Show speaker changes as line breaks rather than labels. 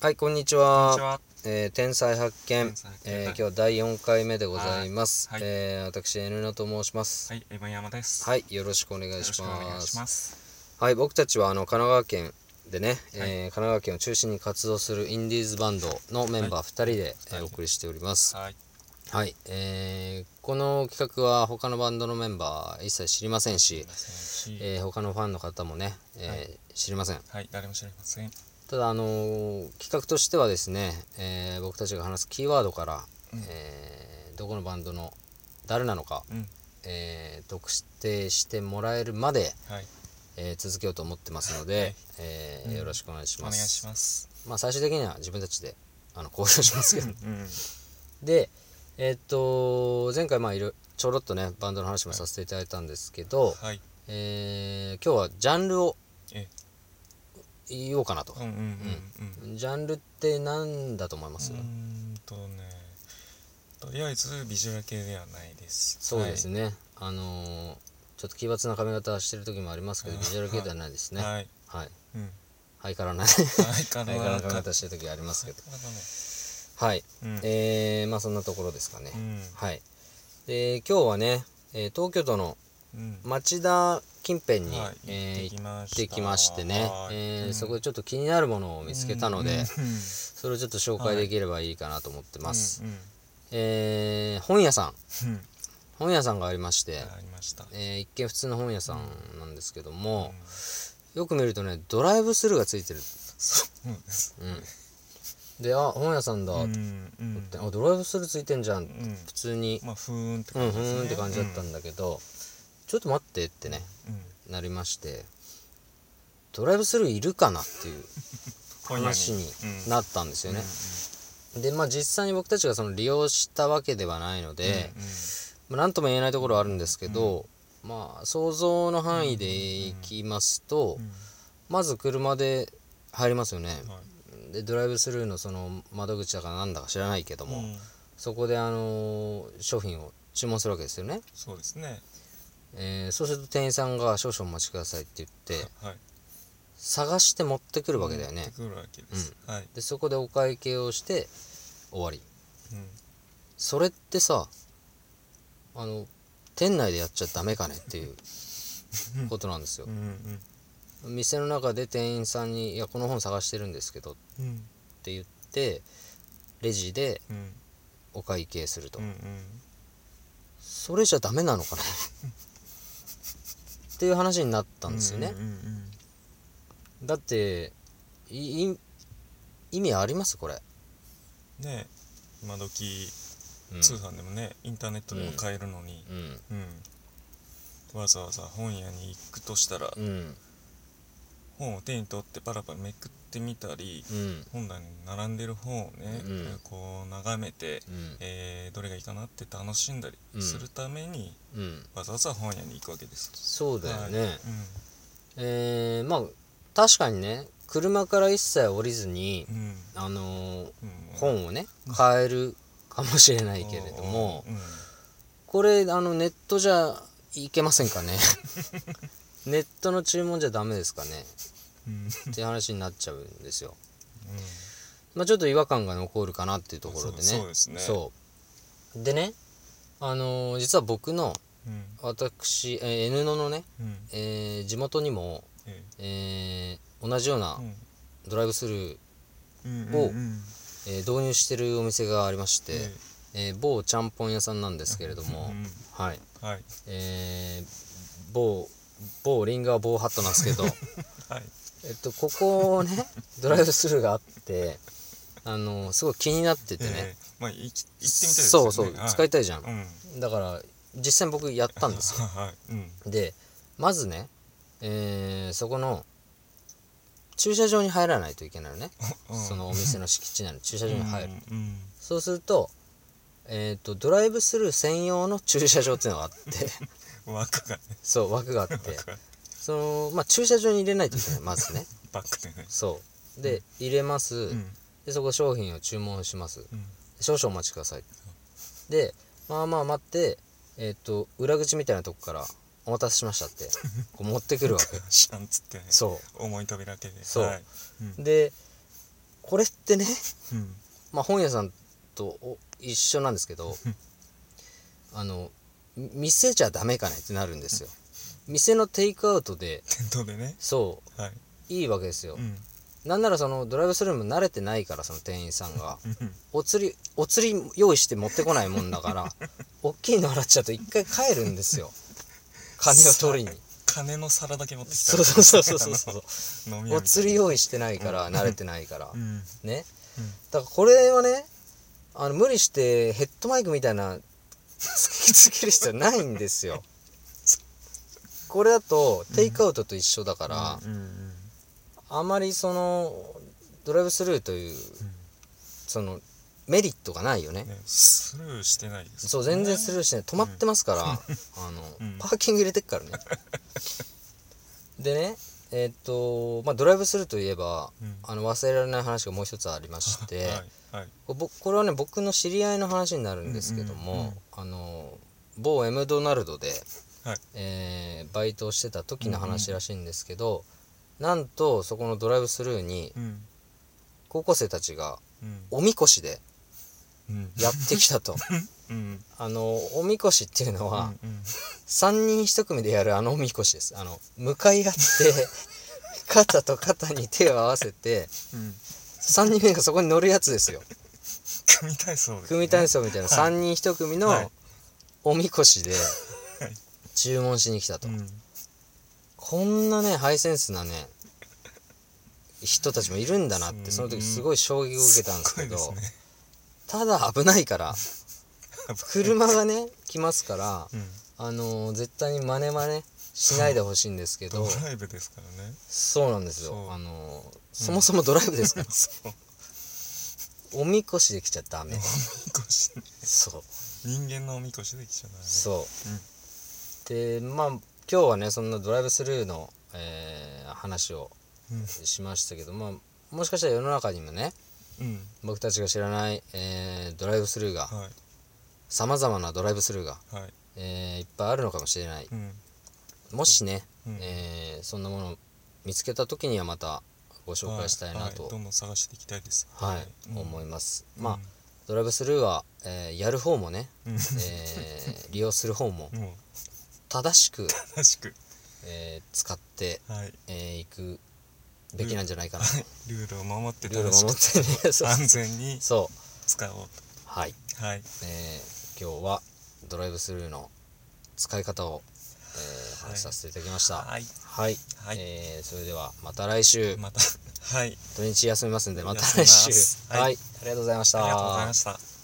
はい、こんにち
こん
は。
にちは。
えー天才発見
天才発見
えー
はい
今日第4回目でございます。
はい
えー私、N ナと申します。
はい、エヴァン山です。
はい、よろしくお願
よ
い
ろし
し
くお願
ま
い
す。
します。
はい、僕たちはあの神奈川県でね、えー
はい
神奈川県を中心に活動するインディーズバンドのメンバー2人で、えー
はい
お送りしております。
はい。
はい、えーこの企画は他のバンドのメンバー一切知りませんし、えー他のファンの方もね、えー
はい
知りません。
はい、誰も知りません。
ただあのー企画としてはですね、えー僕たちが話すキーワードから、
うん
えーどこのバンドの誰なのか、
うん。
えー特定してもらえるまで、
はい。
えー続けようと思ってますので、
はい
えー
うん
よろしくお願いし
お願
ま
い
す。
します。
まあ最終的には自分たちであの公表しますけど
うん。
でえーっと前回まあいろちょろっとねバンドの話もさせていただいたんですけど、
はい。
えー今日はジャンルを
え、
言おうかなと
うん、うん、うん、うん。
ジャンルって何だと思います、
うーんとね。とりあえずビジュアル系ではないです。
そうです
ね。
ね、あのーちょっと奇抜な髪型してる時もありますけど
うん
ビジュアル系ではないですねはい、
はい。
はい、
うん。
ハイカラなハ
はい、か
イカラな髪
か
型してる時ありますけど
う
はい
ん。
えー、まあそんなところですかね、
うん。
はいで今日はね、えー東京都の
うん。
町田近辺に、
はい
えー行
行っ
ってきましてね、えーそこでちょっと気になるものを見つけたので、
で
それをちょっと紹介できればいいかなと思ってます、。
うんうん
えー本屋さん
うんうん
本屋さんがありまして、
ありました。
えー一見普通の本屋さんなんですけども、
うん
よく見るとねドライブスルーがついてる、
そうです。
うん、であ本屋さんだ、
う
っ
んうん
てあドライブスルーついてんじゃん、
うん
普通に、
まあふーんって
うん
感じ
ふ
ですね
ーんって感じだったんだけど、ちょっと待ってってね
うん
なりましてドライブスルーいるかなっていう
うん
話に
うん
なったんですよね、でまあ実際に僕たちがその利用したわけではないので、
うんうん
まあ、なんとも言えないところはあるんですけど、まあ想像の範囲でいきますと、まず車で入りますよね、
うんはい
でドライブスルーのその窓口だかなんだか知らないけども、
うん
そこであのー商品を注文するわけですよね、
そうですね
えーそうすると店員さんが「少々お待ちください」って言って
はい
探して持ってくるわけだよ
やって
ね
くるわけですはい
でそこでお会計をして終わり
うん
それってさあの店内でやっちゃダメかねっていうことなんですよ
うんうん
店の中で店員さんに「いやこの本探してるんですけど」っ
うん
て言ってレジで
うん
お会計すると、
うんうん
それじゃダメなのか なっていう話になったんですよね、
うんうんうん
だっていい意味ありますこれ、
ね今時
うん
通販でもねインターネットでも買えるのに
うん
うんわざわざ本屋に行くとしたら
うん
本を手に取ってパラパラめくってみたり
うん
本棚に並んでる本をね、
うん
こう眺めて、
うん
えーどれがいいかなって楽しんだ
うん
りするために、
うん
わざわざ本屋に行くわけです。
そうだよね、
はい
えー、まあ確かにね車から一切降りずに
うんうん
あのー
うん
本をね買えるかもしれないけれども
うん
これあのネットじゃいけませんかね ネットの注文じゃダメですかね
うんうん
っていう話になっちゃうんですよまあ、ちょっと違和感が残るかなっていうところでね
そうそうですね
そうでねあのー実は僕の
うん
私、えー N ののね、
うん
えー地元にも、
え
えー同じような
え
ドライブスルー、
うんうん
を
うんうん
えー導入してるお店がありまして、
え
えー某ちゃんぽん屋さんなんですけれど
え
も
う、ん
はい
はい
えー某某リンガー某ハットなんです けど
はい
えっとここをねドライブスルーがあってあのすごい気になっててね、
ええまあ行き行ってみたいですよね
そうそう、
はい
使いたいじゃん、
うん
だから実際僕やったんですよ
はいうん
でまずね、えーそこの駐車場に入らないといけないのね、
うん
そのお店の敷地内の駐車場に入る、
うんうん
そうすると,、えー、とドライブスルー専用の駐車場っていうのがあって
うん枠がね
そう枠があって
枠が
その、まあ、駐車場に入れないといけないまずね
バックでね
そうで入れます、
うん
でそこ商品を注文します
うん
少々お待ちくださいでまあまあ待ってえっ、と裏口みたいなとこから「お待たせしました」っ てこう持ってくるわけ
シャンつってね
そ
重い扉開けて
そう
はいうん
うでこれってね、
うん
まあ、本屋さんとお一緒なんですけどあのみ店じゃダメかねってなるんですよ店のテイクアウトで
店頭でね
そ
はいう
いいわけですよ
う、ん
なんならそのドライブスルーも慣れてないからその店員さんが
うん
お釣りお釣り用意して持ってこないもんだから 大きいの洗っちゃうと一回帰るんですよ金を取り に
金の皿だけ持ってきた
そうそうそうそうそう そう
う飲み
お
屋みたい
釣り用意してないから慣れてないから
なうん
ねだからこれはねあの無理してヘッドマイクみたいな突きつける必要ないんですよこれだとテイクアウトと一緒だから、
うんうん
あまりそのドライブスルーという、そのメリットがないよね
ねスルーしてないです
そう全然スルーしてない止まってますから、 あの
うん
パーキング入れてっ からねでねえーっとまあドライブスルーといえば、
うん
あの忘れられない話がもう一つありまして、
はいはい
こぼこれはね僕の知り合いの話になるんですけども、
うんうんうん
あの某エムドナルドで、
はい
えーバイトをしてた時の話らしいんですけど、なんとそこのドライブスルーに
うん
高校生たちが
うん
おみこしで
うん
やってきたと
うん
あのおみこしっていうのは、
うんうん
3人1組でやるあのおみこしですあの向かい合って 肩と肩に手を合わせて
うん
3人目がそこに乗るやつですよ
組体操ですね
組体操みたいな
は
3人1組
はい
のおみこしで
はい
注文しに来たと、
うん
こんなねハイセンスなね人たちもいるんだなってその時すごい衝撃を受けたんですけど
すごいですね
ただ危ないから車がね来ますから
うん
あのー絶対に真似真似しないでほしいんですけ
ド
ど
ライブですからね
そうなんです
そう
よあのーそもそもドライブですから、
そう
おみこしで来ちゃダメ
みこし
そう
人間のおみこしできちゃうからね
そう、でまあ今日はねそんなドライブスルーの、えー話を
うん
しましたけど、まあ、もしかしたら世の中にもね
うん
僕たちが知らない、えードライブスルーが
は
さまざまなドライブスルーが、
いはい
えーいっぱいあるのかもしれない
うん
もしね、
うん
えーそんなものを見つけた時にはまたご紹介したいなと、は
は
い
どんどん探していきたいですうん
思います、
うん
まあドライブスルーは、えーやる方も ね、
うん
えー利用する方も
もう
正しく、
正しく
えー使って
はい
えー、行くべきなんじゃ ないかな
ルールを守って
ルールを
正し
守っ
く
てねそう
安全に
そう
使おう
はい、
とはい
えー今日はドライブスルーの使い方を、えー
はい
話させていただきましたはい、
はいはい
えーそれではまた来週
またはい
土日休みますんでまた
休
来
みます
週
は
はいい、ありがとうございました
ありがとうございました